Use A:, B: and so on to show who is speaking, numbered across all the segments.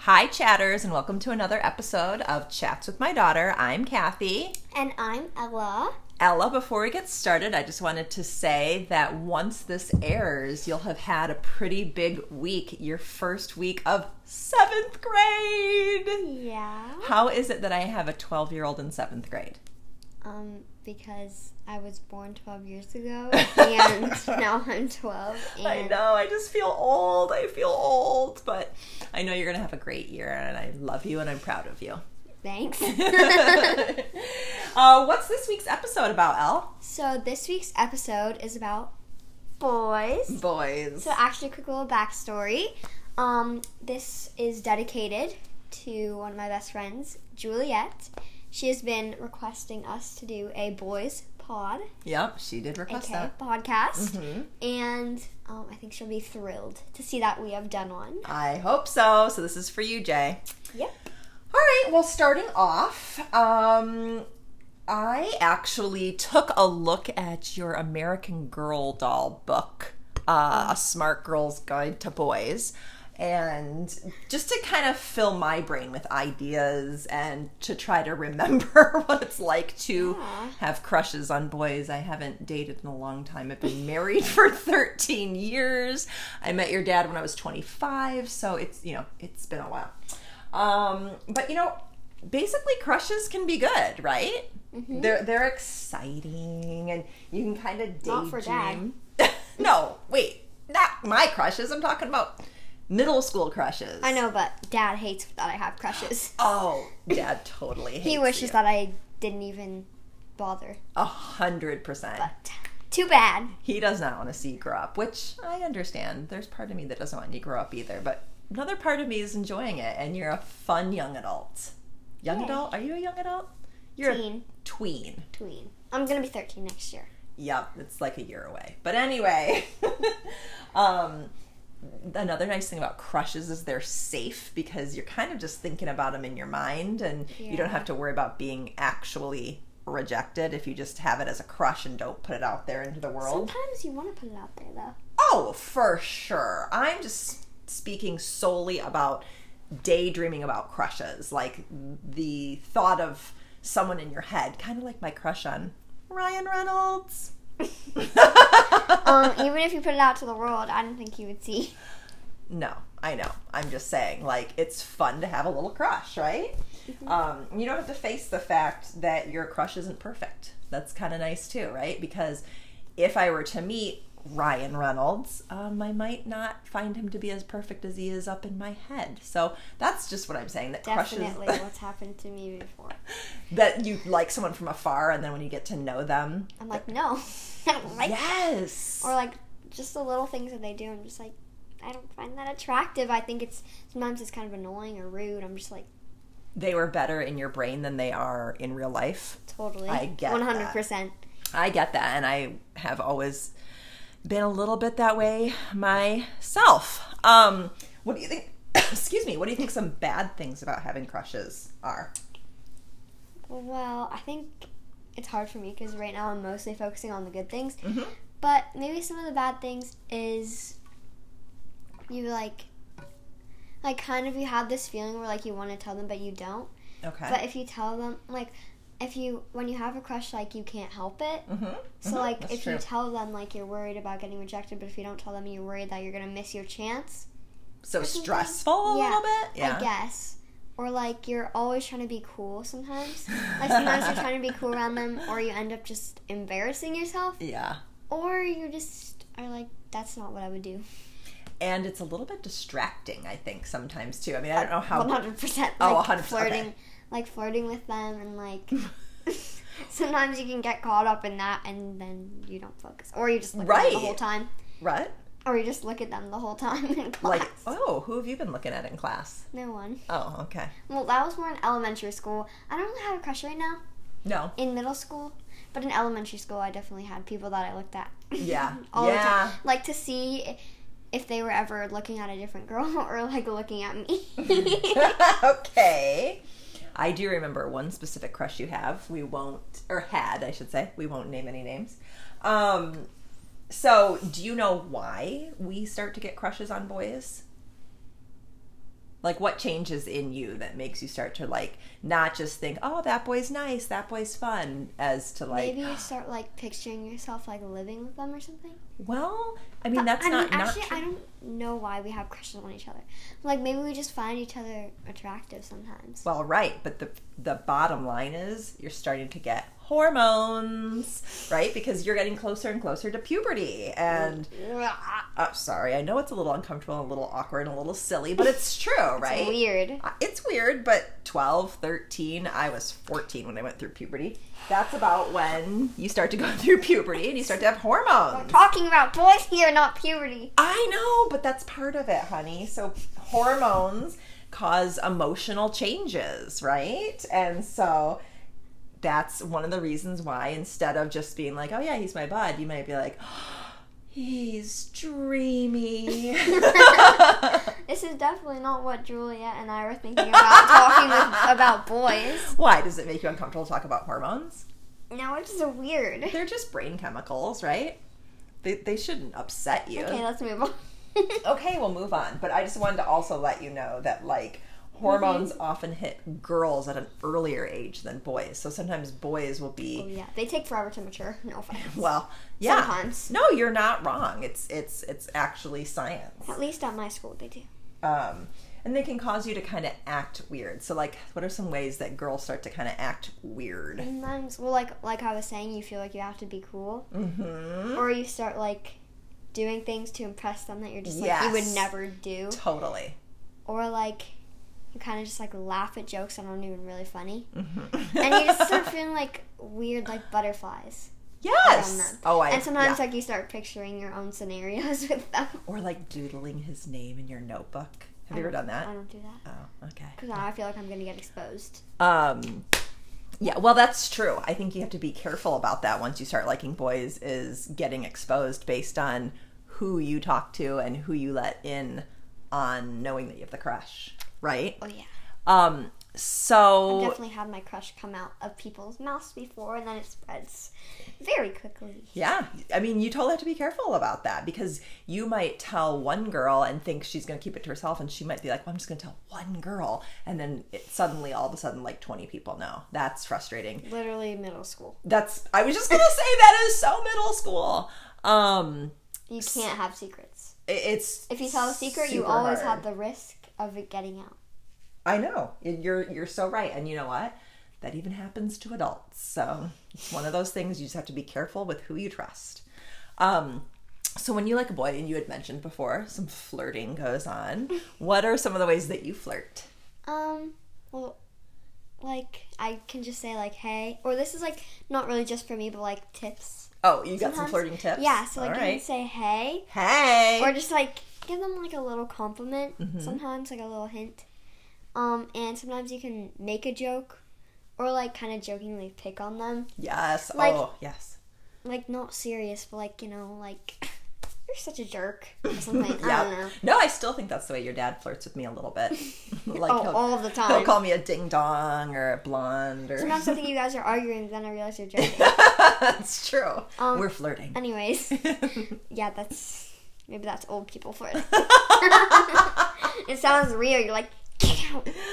A: Hi, chatters, and welcome to another episode of Chats with My Daughter. I'm Kathy.
B: And I'm Ella.
A: Ella, before we get started, I just wanted to say that once this airs, you'll have had a pretty big week, your first week of seventh grade.
B: Yeah.
A: How is it that I have a 12 year old in seventh grade?
B: Um, because I was born 12 years ago and now I'm 12. And
A: I know, I just feel old. I feel old, but I know you're going to have a great year, and I love you and I'm proud of you.
B: Thanks.
A: uh, what's this week's episode about, Elle?
B: so, this week's episode is about boys.
A: Boys.
B: So, actually, a quick little backstory. Um, this is dedicated to one of my best friends, Juliet. She has been requesting us to do a boys pod,
A: Yep, she did request
B: aka
A: that.
B: podcast,
A: Mhm.
B: and um, I think she'll be thrilled to see that we have done one.
A: I hope so. So this is for you, Jay.
B: Yep.
A: All right. Well, starting off, um, I actually took a look at your American Girl doll book, uh, A Smart Girl's Guide to Boys. And just to kind of fill my brain with ideas and to try to remember what it's like to
B: Yeah.
A: have crushes on boys. I haven't dated in a long time. I've been married for 13 years. I met your dad when I was 25, so it's, you know, it's been a while. Um, but you know, basically crushes can be good, right?
B: Mm-hmm.
A: They're they're exciting and you can kind of daydream.
B: Not for
A: no, wait. Not my crushes. I'm talking about middle school crushes.
B: I know, but Dad hates that I have crushes.
A: Oh, dad totally hates
B: He wishes
A: you.
B: that I didn't even bother.
A: a hundred percent.
B: Too bad.
A: he does not want to see you grow up, which I understand. There's part of me that doesn't want you to grow up either, but another part of me is enjoying it, and you're a fun young adult. Young
B: Yay.
A: adult? Are you a young adult? You're
B: Teen.
A: a tween.
B: Tween. I'm gonna be 13 next year.
A: Yep, it's like a year away. But anyway, um, another nice thing about crushes is they're safe because you're kind of just thinking about them in your mind, and you don't
B: Yeah.
A: have to worry about being actually rejected if you just have it as a crush and don't put it out there into the world.
B: Sometimes you want to put it out there though.
A: Oh, for sure. I'm just speaking solely about daydreaming about crushes, like the thought of someone in your head, kind of like my crush on Ryan Reynolds.
B: um, even if you put it out to the world, I don't think you would see.
A: No, I know. I'm just saying, like, it's fun to have a little crush, right?
B: Mm-hmm.
A: Um, you don't have to face the fact that your crush isn't perfect. That's kind of nice too, right? Because if I were to meet Ryan Reynolds, um, I might not find him to be as perfect as he is up in my head. So that's just what I'm saying. That
B: Definitely
A: crushes
B: what's happened to me before.
A: that you like someone from afar, and then when you get to know them,
B: I'm like, no, I don't like.
A: yes,
B: Or like, just the little things that they do. I'm just like, I don't find that attractive. I think it's sometimes it's kind of annoying or rude. I'm just like,
A: they were better in your brain than they are in real life.
B: totally.
A: I get that.
B: 100%.
A: I get that, and I have always been a little bit that way myself. Um, what do you think? excuse me. What do you think some bad things about having crushes are?
B: Well, I think it's hard for me because right now I'm mostly focusing on the good things.
A: Mhm.
B: But maybe some of the bad things is you like, like kind of you have this feeling where like you want to tell them but you don't.
A: Okay.
B: But if you tell them, like, if you when you have a crush, like you can't help it.
A: mm-hmm.
B: So like if you tell them like you're worried about getting rejected, but if you don't tell them you're worried that you're gonna miss your chance.
A: so stressful a
B: Yeah,
A: little bit.
B: I guess. Or like you're always trying to be cool sometimes. Like sometimes you're trying to be cool around them, or you end up just embarrassing yourself,
A: Yeah,
B: or you just are like, that's not what I would do.
A: and it's a little bit distracting. I think sometimes too. I mean, I don't know how.
B: One hundred percent.
A: Oh,
B: Like
A: 100%, okay.
B: flirting, like flirting with them, and like sometimes you can get caught up in that, and then you don't focus, or you just look at them the
A: Right.
B: whole time,
A: right?
B: or you just look at them the whole time in class.
A: Like, oh, who have you been looking at in class?
B: no one.
A: Oh, okay.
B: Well, that was more in elementary school. I don't really have a crush right now.
A: No.
B: In middle school, but in elementary school, I definitely had people that I looked at.
A: Yeah.
B: all the
A: yeah.
B: time. Like to see i- if they were ever looking at a different girl or like looking at me.
A: okay. I do remember one specific crush you have. We won't, or had, I should say. We won't name any names. Um, so, do you know why we start to get crushes on boys? Like what changes in you that makes you start to like not just think, oh, that boy's nice, that boy's fun, as to like,
B: Maybe you start like picturing yourself like living with them or something.
A: well, I mean,
B: But,
A: that's
B: I
A: not
B: mean,
A: not
B: actually.
A: true.
B: I don't know why we have crushes on each other. Like maybe we just find each other attractive sometimes.
A: Well, right, but the the bottom line is you're starting to get hormones, right? Because you're getting closer and closer to puberty. And oh, sorry, I know it's a little uncomfortable, and a little awkward, and a little silly, but it's true, right?
B: It's weird.
A: Uh, It's weird, but 12, 13, I was 14 when I went through puberty. That's about when you start to go through puberty and you start to have hormones.
B: Talking about boys here, not puberty.
A: I know, but that's part of it, honey. So hormones cause emotional changes, right? And so that's one of the reasons why instead of just being like, "Oh yeah, he's my bud," you might be like, "He's dreamy."
B: This is definitely not what Julia and I were thinking about talking with, about boys.
A: why does it make you uncomfortable to talk about hormones?
B: Now it's just weird.
A: They're just brain chemicals, right? They, they shouldn't upset you.
B: Okay, let's move on.
A: okay, we'll move on. But I just wanted to also let you know that like hormones
B: Mm-hmm.
A: often hit girls at an earlier age than boys. So sometimes boys will
B: Oh,
A: be
B: yeah, they take forever to mature. No offense.
A: well, yeah.
B: Sometimes.
A: No, you're not wrong. It's it's it's actually science.
B: At least at my school, they do.
A: Um and they can cause you to kind of act weird. So like what are some ways that girls start to kind of act weird?
B: Sometimes, well, like like I was saying, you feel like you have to be cool, mm-hmm. or you start like doing things to impress them that you're just like you would
A: Yes.
B: never do,
A: Totally.
B: or like you kind of just like laugh at jokes that aren't even really funny, and you just start feeling like weird, like butterflies. around
A: Yes.
B: them.
A: Oh, I
B: and sometimes
A: yeah.
B: like you start picturing your own scenarios with them.
A: or like doodling his name in your notebook. Have you ever done
B: I
A: that?
B: don't do that
A: Oh, okay.
B: because I feel like I'm gonna get exposed.
A: Um, yeah, well, that's true. I think you have to be careful about that once you start liking boys, is getting exposed based on who you talk to and who you let in on knowing that you have the crush, right?
B: Oh yeah,
A: Um, so.
B: definitely had my crush come out of people's mouths before, and then it spreads very quickly.
A: Yeah. I mean, you totally have to be careful about that because you might tell one girl and think she's going to keep it to herself, and she might be like, well, I'm just going to tell one girl. And then it, suddenly, all of a sudden, like 20 people know. That's frustrating.
B: Literally middle school.
A: That's, I was just going to say that is so middle school. Um,
B: You can't have secrets.
A: it- it's
B: If you tell a secret, you
A: super
B: always
A: hard.
B: have the risk of it getting out.
A: I know And you're you're so right, and you know what? That even happens to adults. So it's one of those things you just have to be careful with who you trust. Um, so when you like a boy, and you had mentioned before, some flirting goes on. What are some of the ways that you flirt?
B: Um, well, like I can just say like, hey, or this is like not really just for me, but like tips.
A: Oh, you got some
B: Sometimes-
A: flirting tips.
B: Yeah, so like
A: All
B: you can
A: right.
B: say hey,
A: hey,
B: or just like give them like a little compliment. Sometimes like a little hint. Um, and sometimes you can make a joke, or like kind of jokingly pick on them.
A: yes,
B: like-
A: oh yes,
B: Like not serious, but like you know, like you're such a jerk or something. I don't know.
A: yeah. No, I still think that's the way your dad flirts with me a little bit. like
B: Oh,
A: he'll,
B: all
A: he'll
B: the time.
A: call me a ding dong or a blonde or
B: Sometimes I think you guys are arguing, then I realize you're joking.
A: that's true.
B: Um,
A: We're flirting.
B: Anyways, yeah, that's maybe that's old people flirting. it sounds real. You're like, "Get out."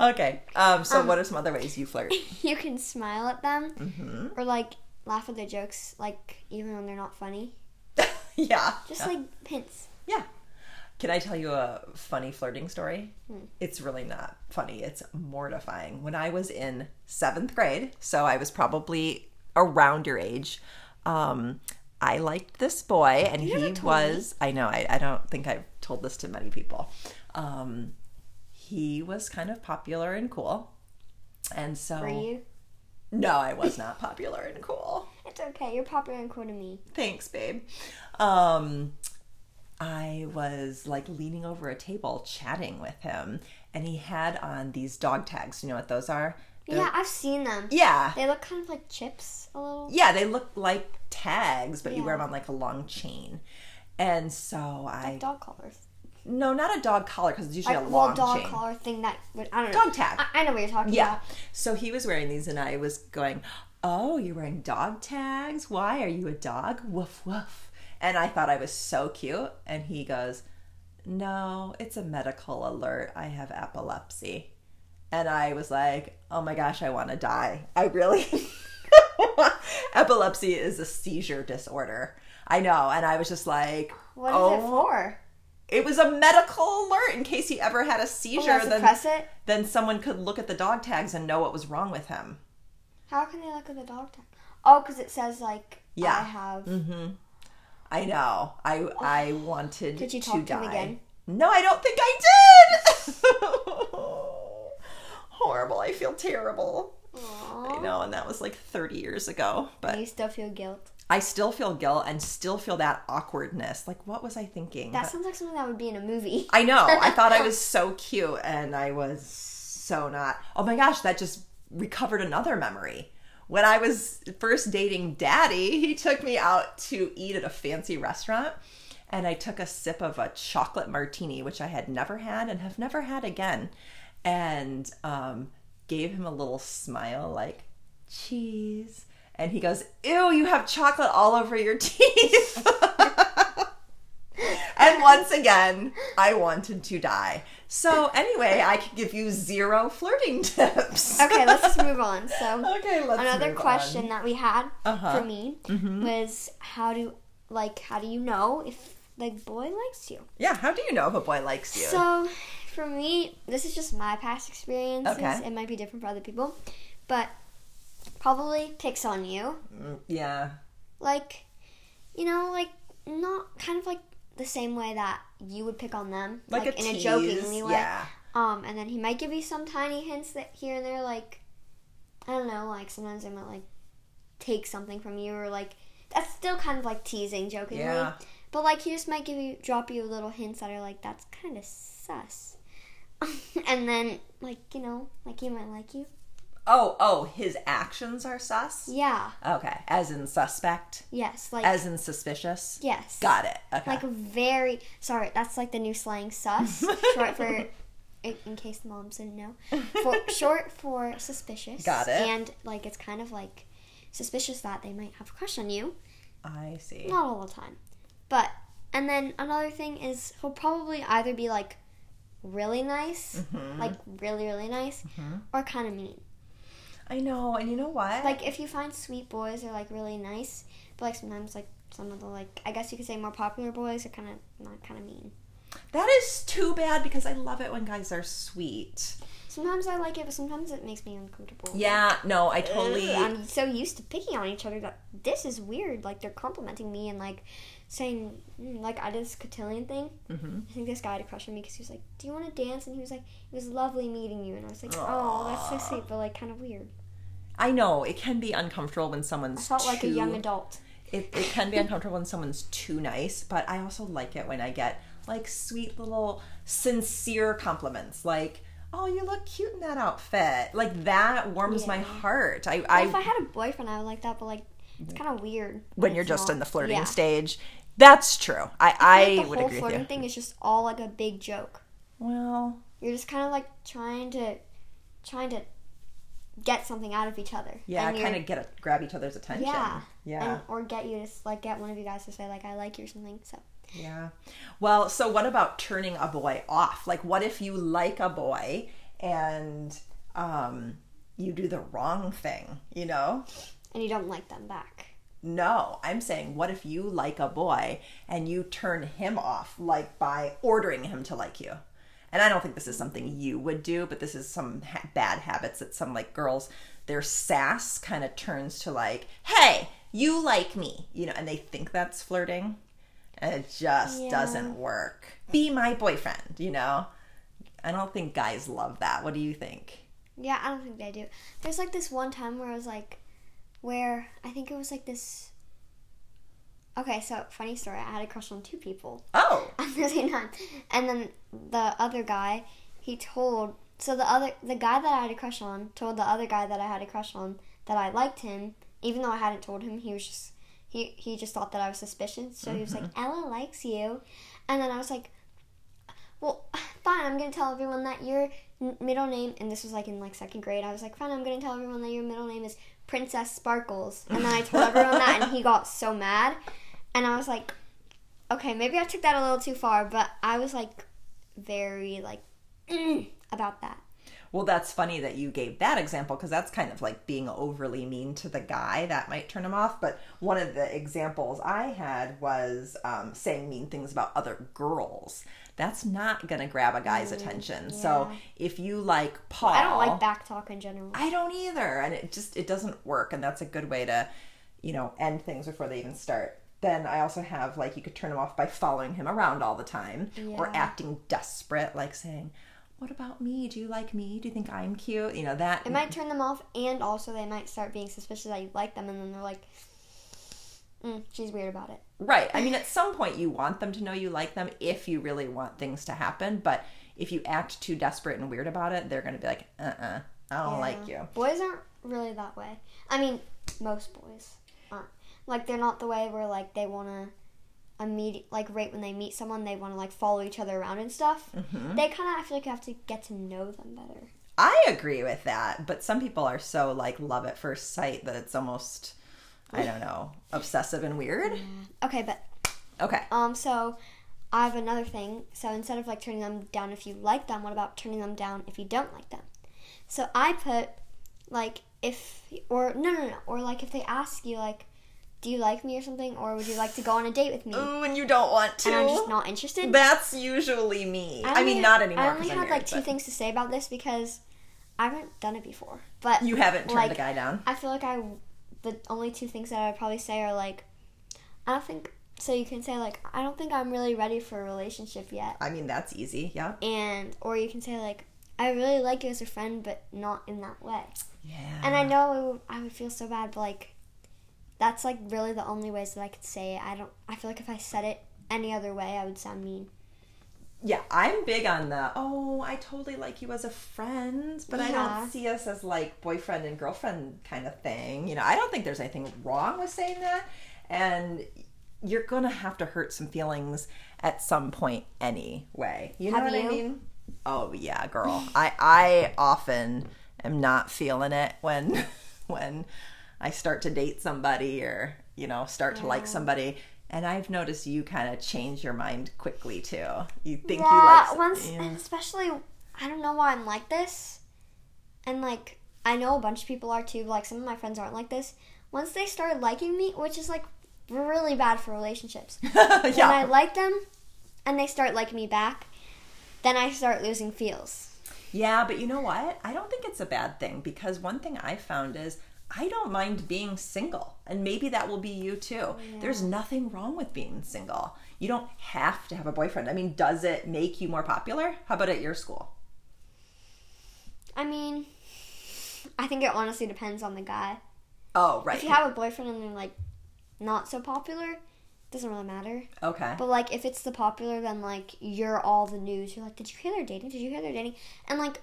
A: Okay. Um, so, what are some other ways you flirt?
B: you can smile at them
A: Mm-hmm.
B: or like laugh at their jokes, like even when they're not funny.
A: yeah.
B: Just
A: yeah.
B: like hints.
A: yeah. Can I tell you a funny flirting story? It's really not funny. It's mortifying. When I was in seventh grade, so I was probably around your age, um, I liked this boy, and he was. I know. I, I don't think I've told this to many people. Um, he was kind of popular and cool, and so
B: Are you?
A: no, I was not popular and cool.
B: It's okay. You're popular and cool to me.
A: Thanks, babe. Um, I was like leaning over a table chatting with him, and he had on these dog tags. You know what those are? They're-
B: Yeah, I've seen them.
A: Yeah.
B: They look kind of like chips a little.
A: Yeah, they look like tags, but you wear
B: Yeah.
A: them on like a long chain. And so I.
B: Dog collars.
A: No, not a dog collar, because it's usually
B: Like
A: a
B: well,
A: long
B: dog
A: chain.
B: collar thing that would I don't know.
A: Dog tag.
B: I, I know what you're talking
A: Yeah.
B: about.
A: So he was wearing these, and I was going, Oh, you're wearing dog tags? Why are you a dog? Woof, woof. And I thought I was so cute. And he goes, No, it's a medical alert. I have epilepsy. And I was like, oh my gosh, I want to die. I really. epilepsy is a seizure disorder. I know. And I was just like,
B: What is
A: oh.
B: it for?
A: It was a medical alert in case he ever had a
B: Oh,
A: seizure.
B: sure,
A: then,
B: suppress it?
A: then someone could look at the dog tags and know what was wrong with him.
B: How can they look at the dog tag? Oh, because it says like
A: Yeah. Mm.
B: I have.
A: Mm-hmm. I know. I I wanted
B: Did you
A: to
B: talk to
A: die.
B: him again?
A: No, I don't think I did. Horrible. I feel terrible. I
B: Aw.
A: know, and that was like 30 years ago, but
B: You still feel guilt.
A: I still feel guilt and still feel that awkwardness. Like, what was I thinking?
B: That sounds like something that would be in a movie.
A: I know. I thought I was so cute and I was so not. Oh my gosh, that just recovered another memory. When I was first dating Daddy, he took me out to eat at a fancy restaurant and I took a sip of a chocolate martini, which I had never had and have never had again, and um, gave him a little smile like, cheese. And he goes, Ew, you have chocolate all over your teeth. And once again, I wanted to die. So anyway, I could give you zero flirting tips.
B: Okay, let's just move on. So
A: okay, let's
B: another
A: move
B: question that we had
A: Uh-huh.
B: for me was how do like how do you know if the boy likes you?
A: on. Yeah, how do you know if a boy likes you?
B: So, for me, this is just my past experiences.
A: Okay.
B: It might be different for other people, but probably picks on you.
A: yeah.
B: Like, you know, like not kind of like the same way that you would pick on them,
A: Like, a
B: in
A: tease.
B: a jokingly way.
A: Yeah.
B: Um, and then he might give you some tiny hints that here and there, like I don't know, like sometimes they might like take something from you or like that's still kind of like teasing jokingly.
A: Yeah.
B: But like he just might give you drop you little hints that are like that's kind of sus. and then like you know like he might like you.
A: Oh, oh, his actions are sus?
B: Yeah.
A: Okay. As in suspect?
B: Yes. Like
A: As in suspicious?
B: yes.
A: Got it. Okay.
B: Like very sorry. That's like the new slang sus. short for in, in case the moms didn't know. For short for suspicious.
A: Got it.
B: And like it's kind of like suspicious that they might have a crush on you.
A: I see.
B: Not all the time. But and then another thing is he'll probably either be like really nice,
A: Mm-hmm.
B: like really really nice, or kind of mean.
A: I know, and you know what?
B: Like if you find sweet boys are like really nice, but like sometimes like some of the like I guess you could say more popular boys are kind of not kind of mean.
A: that is too bad because I love it when guys are sweet.
B: Sometimes I like it, but sometimes it makes me uncomfortable.
A: Yeah, no, I totally
B: Ugh, I'm so used to picking on each other that this is weird. Like they're complimenting me and like saying mm, like I did this cotillion thing.
A: Mhm.
B: I think this guy had a crush on me because he was like, "Do you want to dance?" And he was like, "It was lovely meeting you." And I was like, "Oh, that's so sweet, but like kind of weird."
A: I know it can be uncomfortable when
B: I
A: someone's
B: felt like a
A: too-
B: young adult.
A: It, it can be uncomfortable when someone's too nice, but I also like it when I get like sweet little sincere compliments, like "Oh, you look cute in that outfit." Like that warms my
B: Yeah.
A: heart. I,
B: if I
A: I
B: had a boyfriend, I would like that, but like it's kind of weird
A: when
B: it's
A: you're just
B: not-
A: in the flirting
B: yeah.
A: stage, that's true. I,
B: Like,
A: I
B: the
A: would
B: whole
A: agree with
B: flirting
A: you.
B: thing is just all like a big joke.
A: Well,
B: You're just kind of like trying to, trying to get something out of each other.
A: yeah,
B: And you're-
A: kind of get a, grab each other's attention.
B: Yeah.
A: yeah.
B: and, or get you to s- like get one of you guys to say like I like you or something. So
A: Yeah. Well, so what about turning a boy off? Like, what if you like a boy and um, you do the wrong thing? You know?
B: and you don't like them back.
A: No, I'm saying, what if you like a boy and you turn him off, like by ordering him to like you? And I don't think this is something you would do, but this is some ha- bad habits that some like girls, their sass kind of turns to like, hey, you like me, you know, and they think that's flirting. And it just
B: Yeah.
A: doesn't work. Be my boyfriend, you know? I don't think guys love that. What do you think?
B: Yeah, I don't think they do. There's like this one time where I was like, where I think it was like this. Okay, so funny story. I had a crush on two people
A: Oh,
B: at the same time, and then the other guy, he told. So the other the guy that I had a crush on told the other guy that I had a crush on that I liked him, even though I hadn't told him. He was just he he just thought that I was suspicious, so he was like, "Ella likes you," and then I was like, "Well, fine, I'm gonna tell everyone that your n- middle name." And this was like in like second grade. I was like, "Fine, I'm gonna tell everyone that your middle name is Princess Sparkles," and then I told everyone that, and he got so mad, and I was like. okay, maybe I took that a little too far, but I was like very like mm, about that.
A: Well, that's funny that you gave that example because that's kind of like being overly mean to the guy. That might turn him off. But one of the examples I had was um, saying mean things about other girls. That's not going to grab a guy's attention. So if you like Paul,
B: Mm, I don't like back talk in general.
A: I don't either. And it just it doesn't work. And that's a good way to, you know, end things before they even start. Then I also have like you could turn him off by following him around all the time or
B: Yeah.
A: acting desperate, like saying, What about me? Do you like me? Do you think I'm cute? You know, that
B: It might turn them off, and also they might start being suspicious that you like them, and then they're like, mm, she's weird about it.
A: Right. I mean, at some point, you want them to know you like them if you really want things to happen. But if you act too desperate and weird about it, they're going to be like, uh uh I don't like
B: Yeah.
A: you.
B: Boys aren't really that way. I mean, most boys aren't. Like, they're not the way where, like, they want to immediate, like, right when they meet someone, they want to, like, follow each other around and stuff.
A: Mm-hmm.
B: They kind of, I feel like, have to get to know them better.
A: I agree with that. But some people are so like love at first sight that it's almost, I don't know, obsessive and weird.
B: Okay, but
A: Okay.
B: Um, so I have another thing. So instead of like turning them down if you like them, what about turning them down if you don't like them? So I put like if or no no no or like if they ask you like do you like me or something or would you like to go on a date with me?
A: Ooh, and you don't want to.
B: And I'm just not interested.
A: That's usually me. I, mean,
B: only-
A: not anymore.
B: I only
A: 'cause I'm
B: had like
A: married,
B: two
A: but
B: things to say about this because I haven't done it before. But
A: You haven't turned the
B: like,
A: guy down.
B: I feel like I the only two things that I'd probably say are like I don't think so you can say like I don't think I'm really ready for a relationship yet.
A: I mean, that's easy. Yeah.
B: and or you can say like i really like you as a friend but not in that way
A: Yeah.
B: and i know I would, I would feel so bad but like that's like really the only ways that i could say it i don't i feel like if i said it any other way i would sound mean
A: Yeah, I'm big on the oh, I totally like you as a friend, but I
B: Yeah.
A: don't see us as like boyfriend and girlfriend kind of thing. You know, I don't think there's anything wrong with saying that. And you're gonna have to hurt some feelings at some point anyway. You know
B: Have
A: what I
B: you?
A: mean? Oh yeah, girl. I I often am not feeling it when when I start to date somebody or, you know, start to like somebody. And I've noticed you kind of change your mind quickly too. You think you like
B: yeah
A: s-
B: once
A: yeah.
B: and especially i don't know why i'm like this and like i know a bunch of people are too but, like some of my friends aren't like this once they start liking me which is like really bad for relationships
A: yeah.
B: when I like them and they start liking me back, then I start losing feels.
A: yeah, but you know what? I don't think it's a bad thing because one thing I found is I don't mind being single. And maybe that will be you too. There's nothing wrong with being single. You don't have to have a boyfriend. I mean, does it make you more popular? How about at your school?
B: I mean, I think it honestly depends on the guy.
A: Oh, right.
B: If you have a boyfriend and they're like not so popular, doesn't really matter.
A: okay.
B: But like if it's the popular, then like you're all the news. You're like, did you hear they're dating? Did you hear they're dating? And like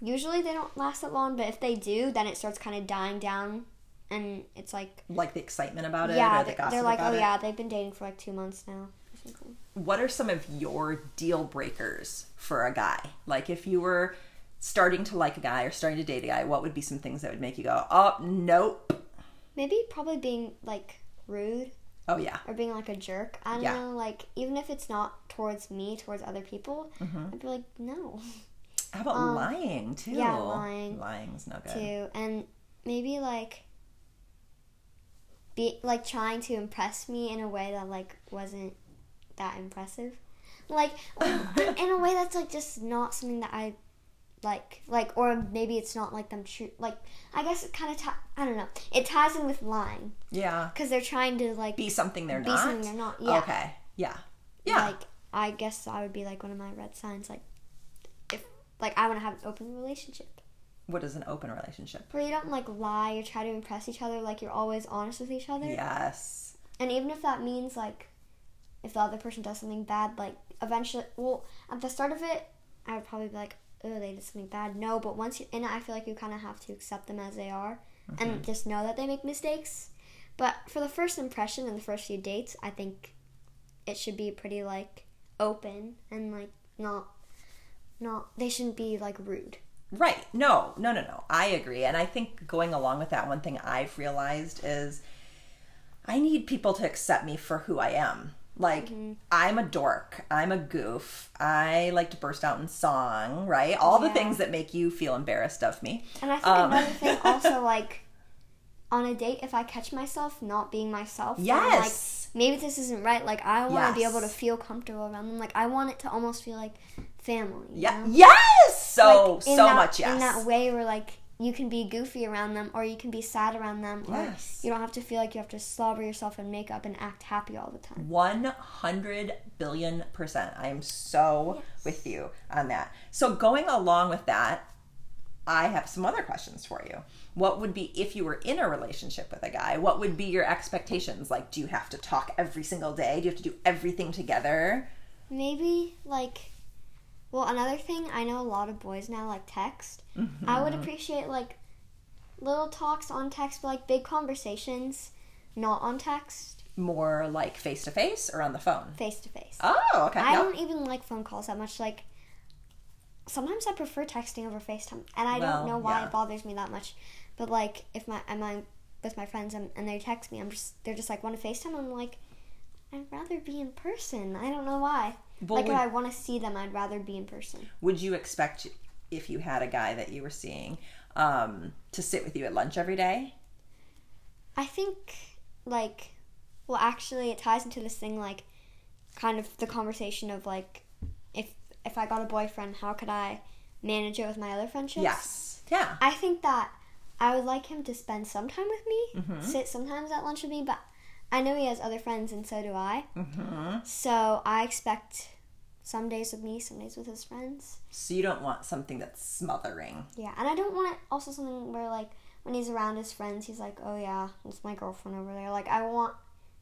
B: usually they don't last that long, but if they do, then it starts kind of dying down, and it's like
A: Like the excitement about it
B: yeah,
A: or the
B: they're,
A: gossip
B: they're like,
A: about
B: oh
A: it.
B: yeah, they've been dating for like two months now. or something.
A: what are some of your deal breakers for a guy? Like if you were starting to like a guy or starting to date a guy, what would be some things that would make you go, "Oh, nope."
B: Maybe probably being like rude.
A: Oh yeah.
B: or being like a jerk. I don't
A: Yeah.
B: know, like even if it's not towards me, towards other people, I'd be like, no.
A: How about lying too?
B: Um, yeah, lying.
A: Lying's no good.
B: To and maybe like be like trying to impress me in a way that like wasn't that impressive. Like in a way that's like just not something that I like like or maybe it's not like them true like I guess it kind of t- I don't know. It ties in with lying
A: Yeah.
B: cuz they're trying to like
A: Be something they're
B: be
A: not.
B: something they're not. Yeah.
A: Okay. Yeah. Yeah.
B: Like I guess I would be like one of my red signs, like if like I want to have an open relationship
A: what is an open relationship?
B: where you don't like lie or try to impress each other, like you're always honest with each other.
A: Yes.
B: And even if that means like if the other person does something bad, like eventually, well, at the start of it, I would probably be like, oh, they did something bad. No, but once you're in it, I feel like you kind of have to accept them as they are and just know that they make mistakes. But for the first impression and the first few dates, I think it should be pretty like open and like not not they shouldn't be like rude.
A: Right. No, no, no, no. I agree. And I think going along with that, one thing I've realized is I need people to accept me for who I am. Like,
B: Mm-hmm.
A: I'm a dork. I'm a goof. I like to burst out in song, right? All the
B: Yeah.
A: things that make you feel embarrassed of me.
B: And I think
A: Um.
B: another thing also like on a date if I catch myself not being myself, then I'm
A: Yes.
B: like maybe this isn't right. Like I want to be
A: Yes.
B: able to feel comfortable around them. Like I want it to almost feel like family. you
A: Yeah.
B: know?
A: Yes. So
B: Like, in
A: so
B: that-
A: much yes.
B: In that way where like you can be goofy around them or you can be sad around them or
A: Yes.
B: you don't have to feel like you have to slobber yourself in makeup and act happy all the time.
A: 100 billion percent. I am so with you on that. So, going along with that, I have some other questions for you. What would be, if you were in a relationship with a guy, what would be your expectations? Like, do you have to talk every single day? Do you have to do everything together?
B: Maybe like well, another thing I know a lot of boys now like text.
A: Mm-hmm.
B: I would appreciate like little talks on text, but like big conversations not on text,
A: More like face to face or on the phone?
B: face to face.
A: Oh, okay.
B: I
A: Yep.
B: don't even like phone calls that much. Like sometimes I prefer texting over FaceTime, and I
A: Well,
B: don't know why
A: yeah.
B: it bothers me that much. But like if my am I with my friends and, and they text me, I'm just they're just like want to FaceTime. I'm like I'd rather be in person. I don't know why.
A: But
B: like
A: would-
B: if I want to see them, I'd rather be in person.
A: Would you expect, if you had a guy that you were seeing, um, to sit with you at lunch every day?
B: I think like well actually it ties into this thing like kind of the conversation of like if if I got a boyfriend, how could I manage it with my other friendships?
A: Yes. Yeah.
B: I think that I would like him to spend some time with me, sit sometimes at lunch with me, but I know he has other friends and so do I.
A: Mm-hmm.
B: So I expect some days with me, some days with his friends.
A: So you don't want something that's smothering.
B: Yeah, and I don't want it also something where like when he's around his friends, he's like, "Oh yeah, it's my girlfriend over there." Like I want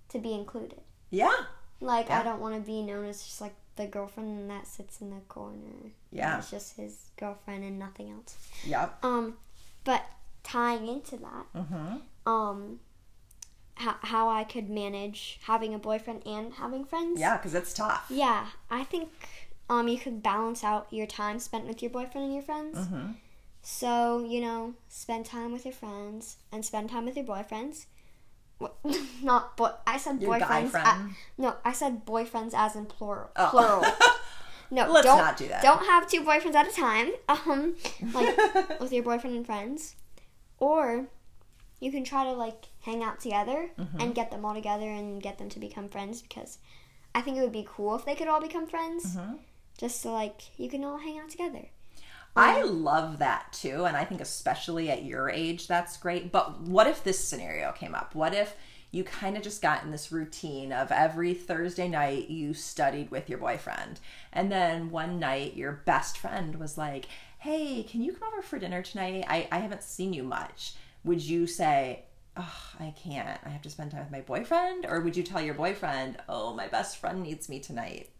B: to be included.
A: Yeah.
B: Like
A: Yeah.
B: I don't want to be known as just like the girlfriend that sits in the corner.
A: Yeah.
B: it's just his girlfriend and nothing else.
A: Yep.
B: Um, but tying into that,
A: Mm-hmm.
B: um how, how I could manage having a boyfriend and having friends.
A: Yeah, because it's tough.
B: Yeah, I think um you could balance out your time spent with your boyfriend and your friends.
A: Mm-hmm.
B: So, you know, spend time with your friends and spend time with your boyfriends. What- Not boy. I said
A: Your guy
B: boyfriends.
A: friend.
B: a- no, I said boyfriends as in plural.
A: Oh.
B: Plural. No,
A: Let's
B: don't
A: not do that.
B: Don't have two boyfriends at a time. Um, like with your boyfriend and friends, or you can try to like hang out together and get them all together and get them to become friends because I think it would be cool if they could all become friends.
A: Mhm.
B: Just so like you can all hang out together.
A: I love that too, and I think especially at your age, that's great. But what if this scenario came up? What if you kind of just got in this routine of every Thursday night you studied with your boyfriend, and then one night your best friend was like, "Hey, can you come over for dinner tonight? I, I haven't seen you much." Would you say? Oh, I can't. I have to spend time with my boyfriend. Or would you tell your boyfriend, "Oh, my best friend needs me tonight"?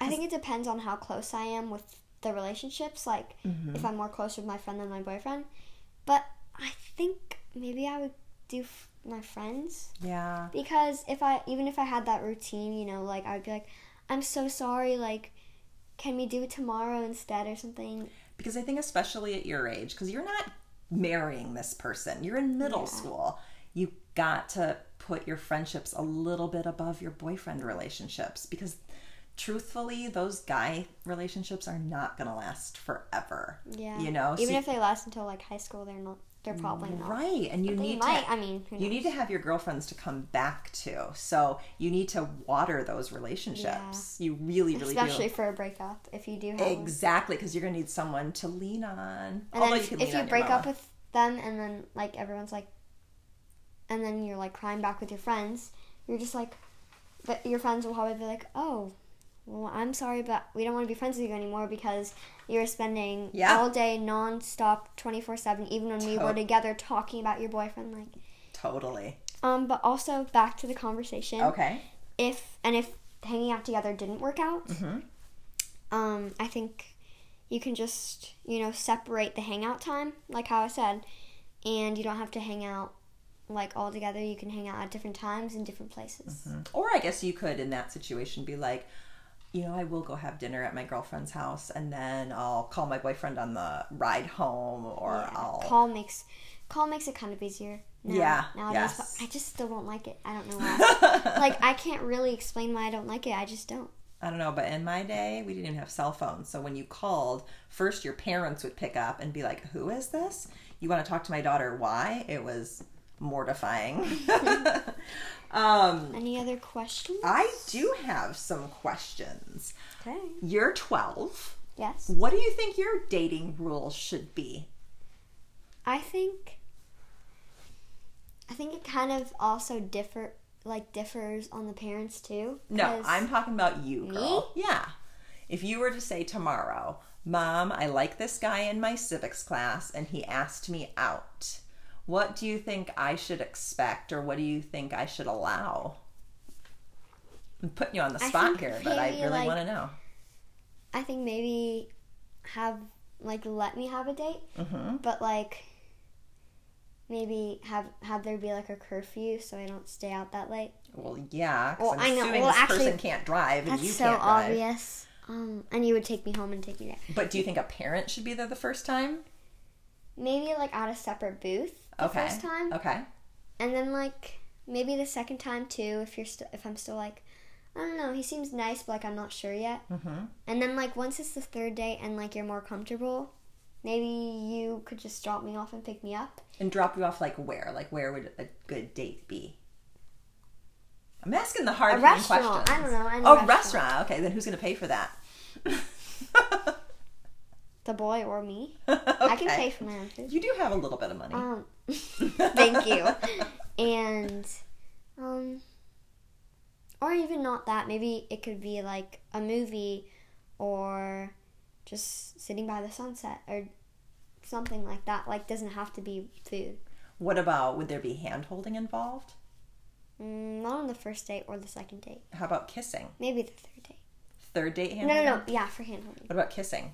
B: I think it depends on how close I am with the relationships. Like if I'm more close with my friend than my boyfriend, but I think maybe I would do f- my friends.
A: Yeah.
B: because if I even if I had that routine, you know, like I would be like, I'm so sorry, like can we do it tomorrow instead or something?
A: because I think especially at your age, because you're not marrying this person, you're in middle school. You got to put your friendships a little bit above your boyfriend relationships because truthfully, those guy relationships are not going to last forever.
B: Yeah.
A: You know,
B: even
A: so-
B: if they last until like high school, they're not. They're probably not.
A: right, and you
B: They
A: need
B: might.
A: to
B: I mean, who
A: you need to
B: knows?
A: have your girlfriends to come back to. So, you need to water those relationships. You really really do.
B: especially for a breakup if you do have. one.
A: Exactly, because you're going to need someone to lean on.
B: And
A: Although
B: then if
A: can
B: you,
A: lean on your
B: break
A: mama.
B: up with them, and then like everyone's like, and then you're like crying back with your friends, you're just like, but your friends will probably be like, oh, well, I'm sorry, but we don't want to be friends with you anymore because you're spending
A: Yeah.
B: all day non-stop, 24/7, even when we were
A: Tot-
B: together talking about your boyfriend, like.
A: totally.
B: Um, but also back to the conversation.
A: Okay.
B: If and if hanging out together didn't work out,
A: Mhm.
B: um, I think you can just you know separate the hangout time, like how I said, and you don't have to hang out like all together. You can hang out at different times in different places.
A: Or I guess you could, in that situation, be like, you know, I will go have dinner at my girlfriend's house and then I'll call my boyfriend on the ride home or
B: Yeah,
A: I'll.
B: Call makes call makes it kind of easier. now-
A: Yeah,
B: Nowadays,
A: yes.
B: but I just still don't like it. I don't know why. like I can't really explain why I don't like it. I just don't.
A: I don't know, but in my day, we didn't even have cell phones. So when you called, first your parents would pick up and be like, Who is this? You want to talk to my daughter? Why? It was mortifying. um,
B: Any other questions?
A: I do have some questions.
B: Okay.
A: You're 12.
B: Yes.
A: What do you think your dating rules should be?
B: I think I think it kind of also differ like differs on the parents too.
A: No,
B: 'cause-
A: I'm talking about you, girl. Yeah. If you were to say tomorrow, Mom, I like this guy in my civics class and he asked me out, what do you think I should expect or what do you think I should allow? I'm putting you on the
B: I
A: spot
B: think
A: here, but I
B: maybe,
A: really
B: like-
A: want to know.
B: I think maybe have like let me have a date,
A: Mm-hmm.
B: but like maybe have have there be like a curfew so I don't stay out that late.
A: Well, yeah, 'cause
B: Well,
A: I'm
B: I know.
A: assuming
B: Well,
A: this person
B: actually,
A: can't drive and
B: That's
A: you
B: so
A: can't drive.
B: obvious. Um, and you would take me home and take me there.
A: But do you think a parent should be there the first time?
B: Maybe like at a separate booth the
A: okay.
B: first time,
A: Okay.
B: and then like maybe the second time too. If you're still, if I'm still like, I don't know, he seems nice, but like I'm not sure yet.
A: Mm-hmm.
B: And then like once it's the third day and like you're more comfortable, maybe you could just drop me off and pick me up.
A: And drop you off like where? Like where would a good date be? I'm asking the hard
B: A
A: hitting
B: restaurant.
A: questions.
B: I don't know, any
A: oh,
B: restaurant.
A: Okay, then who's going to pay for that?
B: The boy or me. I can
A: Okay.
B: pay for my own food.
A: You do have a little bit of money.
B: Um, thank you. And, um, or even not that. Maybe it could be like a movie, or just sitting by the sunset, or something like that. Like doesn't have to be food.
A: What about would there be hand holding involved?
B: Mm, not on the first date or the second date.
A: How about kissing?
B: Maybe the third date.
A: Third date hand
B: No, no,
A: holding?
B: no. Yeah, for hand holding.
A: What about kissing?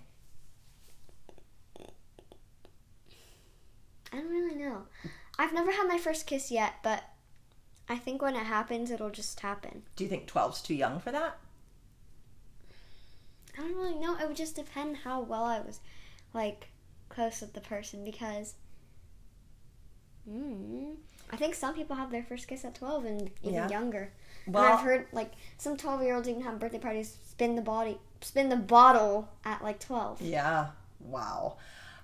B: I don't really know. I've never had my first kiss yet, but I think when it happens, it'll just happen.
A: Do you think 12's too young for that?
B: I don't really know. It would just depend how well I was, like, close with the person because. Mm, I think some people have their first kiss at 12 and even
A: Yeah.
B: younger. and
A: Well,
B: I've heard, like, some 12 year olds even have birthday parties, spin the body, spin the bottle at, like, 12.
A: yeah. Wow.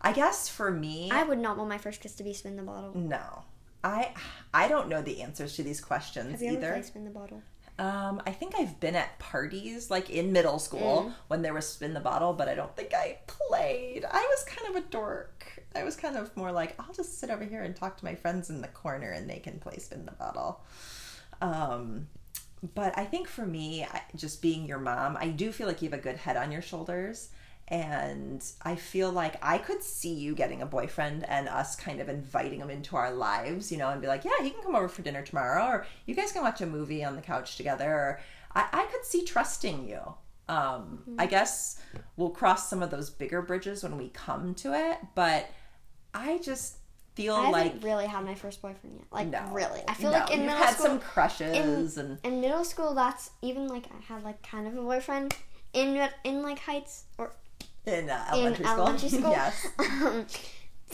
A: I guess for me,
B: I would not want my first kiss to be spin the bottle.
A: no. I I don't know the answers to these questions
B: Have you ever
A: either.
B: played spin the bottle?
A: Um, I think I've been at parties like in middle school when there was spin the bottle, but I don't think I played. I was kind of a dork. I was kind of more like I'll just sit over here and talk to my friends in the corner, and they can play spin the bottle. Um, but I think for me, I- just being your mom, I do feel like you have a good head on your shoulders. And I feel like I could see you getting a boyfriend and us kind of inviting him into our lives, you know, and be like, yeah, he can come over for dinner tomorrow, or you guys can watch a movie on the couch together. Or I, I could see trusting you. Um,
B: Mm-hmm.
A: I guess we'll cross some of those bigger bridges when we come to it. But I just feel
B: I
A: Oh, like,
B: haven't really had my first boyfriend yet. Like,
A: no.
B: really. I feel
A: no.
B: like in
A: You've
B: middle
A: had
B: school.
A: some crushes and.
B: in middle school that's even like i had like kind of a boyfriend in re- in like heights or
A: In uh,
B: in
A: elementary school.
B: elementary school
A: yes.
B: um,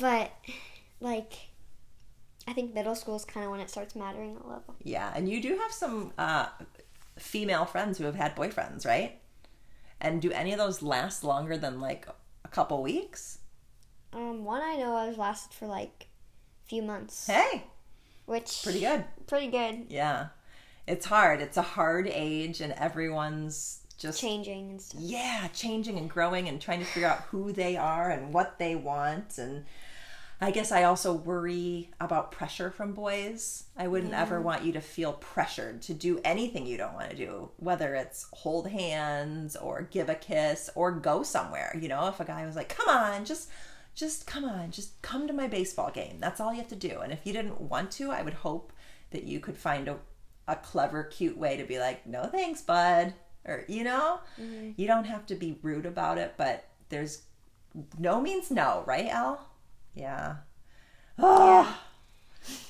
B: but like i think middle school is kind of when it starts mattering a little
A: Yeah. And you do have some uh, female friends who have had boyfriends, right? And do any of those last longer than like a couple weeks?
B: um one i know has lasted for like a few months
A: Hey,
B: which
A: pretty good.
B: pretty good
A: Yeah. It's hard. It's a hard age, and everyone's just.
B: changing and stuff
A: yeah, changing and growing and trying to figure out who they are and what they want. And I guess I also worry about pressure from boys. I wouldn't ever want you to feel pressured to do anything you don't want to do, whether it's hold hands or give a kiss or go somewhere. You know, if a guy was like, come on, just. Just come on, just come to my baseball game. That's all you have to do. And if you didn't want to, I would hope that you could find a, a clever, cute way to be like, no thanks, bud. Or, you know, you don't have to be rude about it, but there's no means no, right, Al? Yeah. Oh,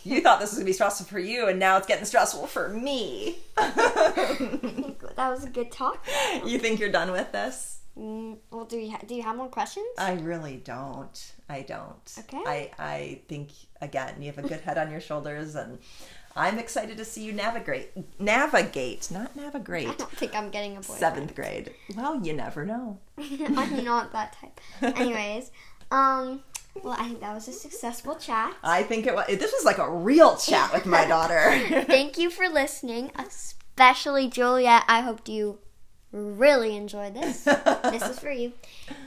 A: you thought this was going to be stressful for you, and now it's getting stressful for me.
B: I think that was a good talk
A: you think you're done with this?
B: Mm, well, do you ha- do you have more questions?
A: I really don't. I don't.
B: Okay.
A: I, I think again, you have a good head on your shoulders, and I'm excited to see you navigate. Navigate, not
B: I
A: navigate.
B: don't think I'm getting a boyfriend.
A: Seventh grade. Well, you never know.
B: I'm not that type. Anyways, um, well, I think that was a successful chat.
A: I think it was. This was like a real chat with my daughter.
B: Thank you for listening, especially Juliet. I hope you really enjoyed this. this is for you.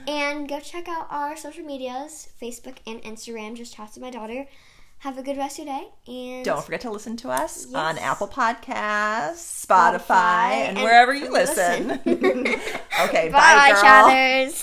B: And go check out our social medias Facebook and Instagram. Just chat with my daughter. Have a good rest of your day. And
A: Don't forget to listen to us on
B: Yes.
A: Apple Podcasts, Spotify,
B: Spotify,
A: and,
B: and
A: wherever you listen.
B: listen.
A: okay, bye,
B: bye,
A: girl.
B: chatters.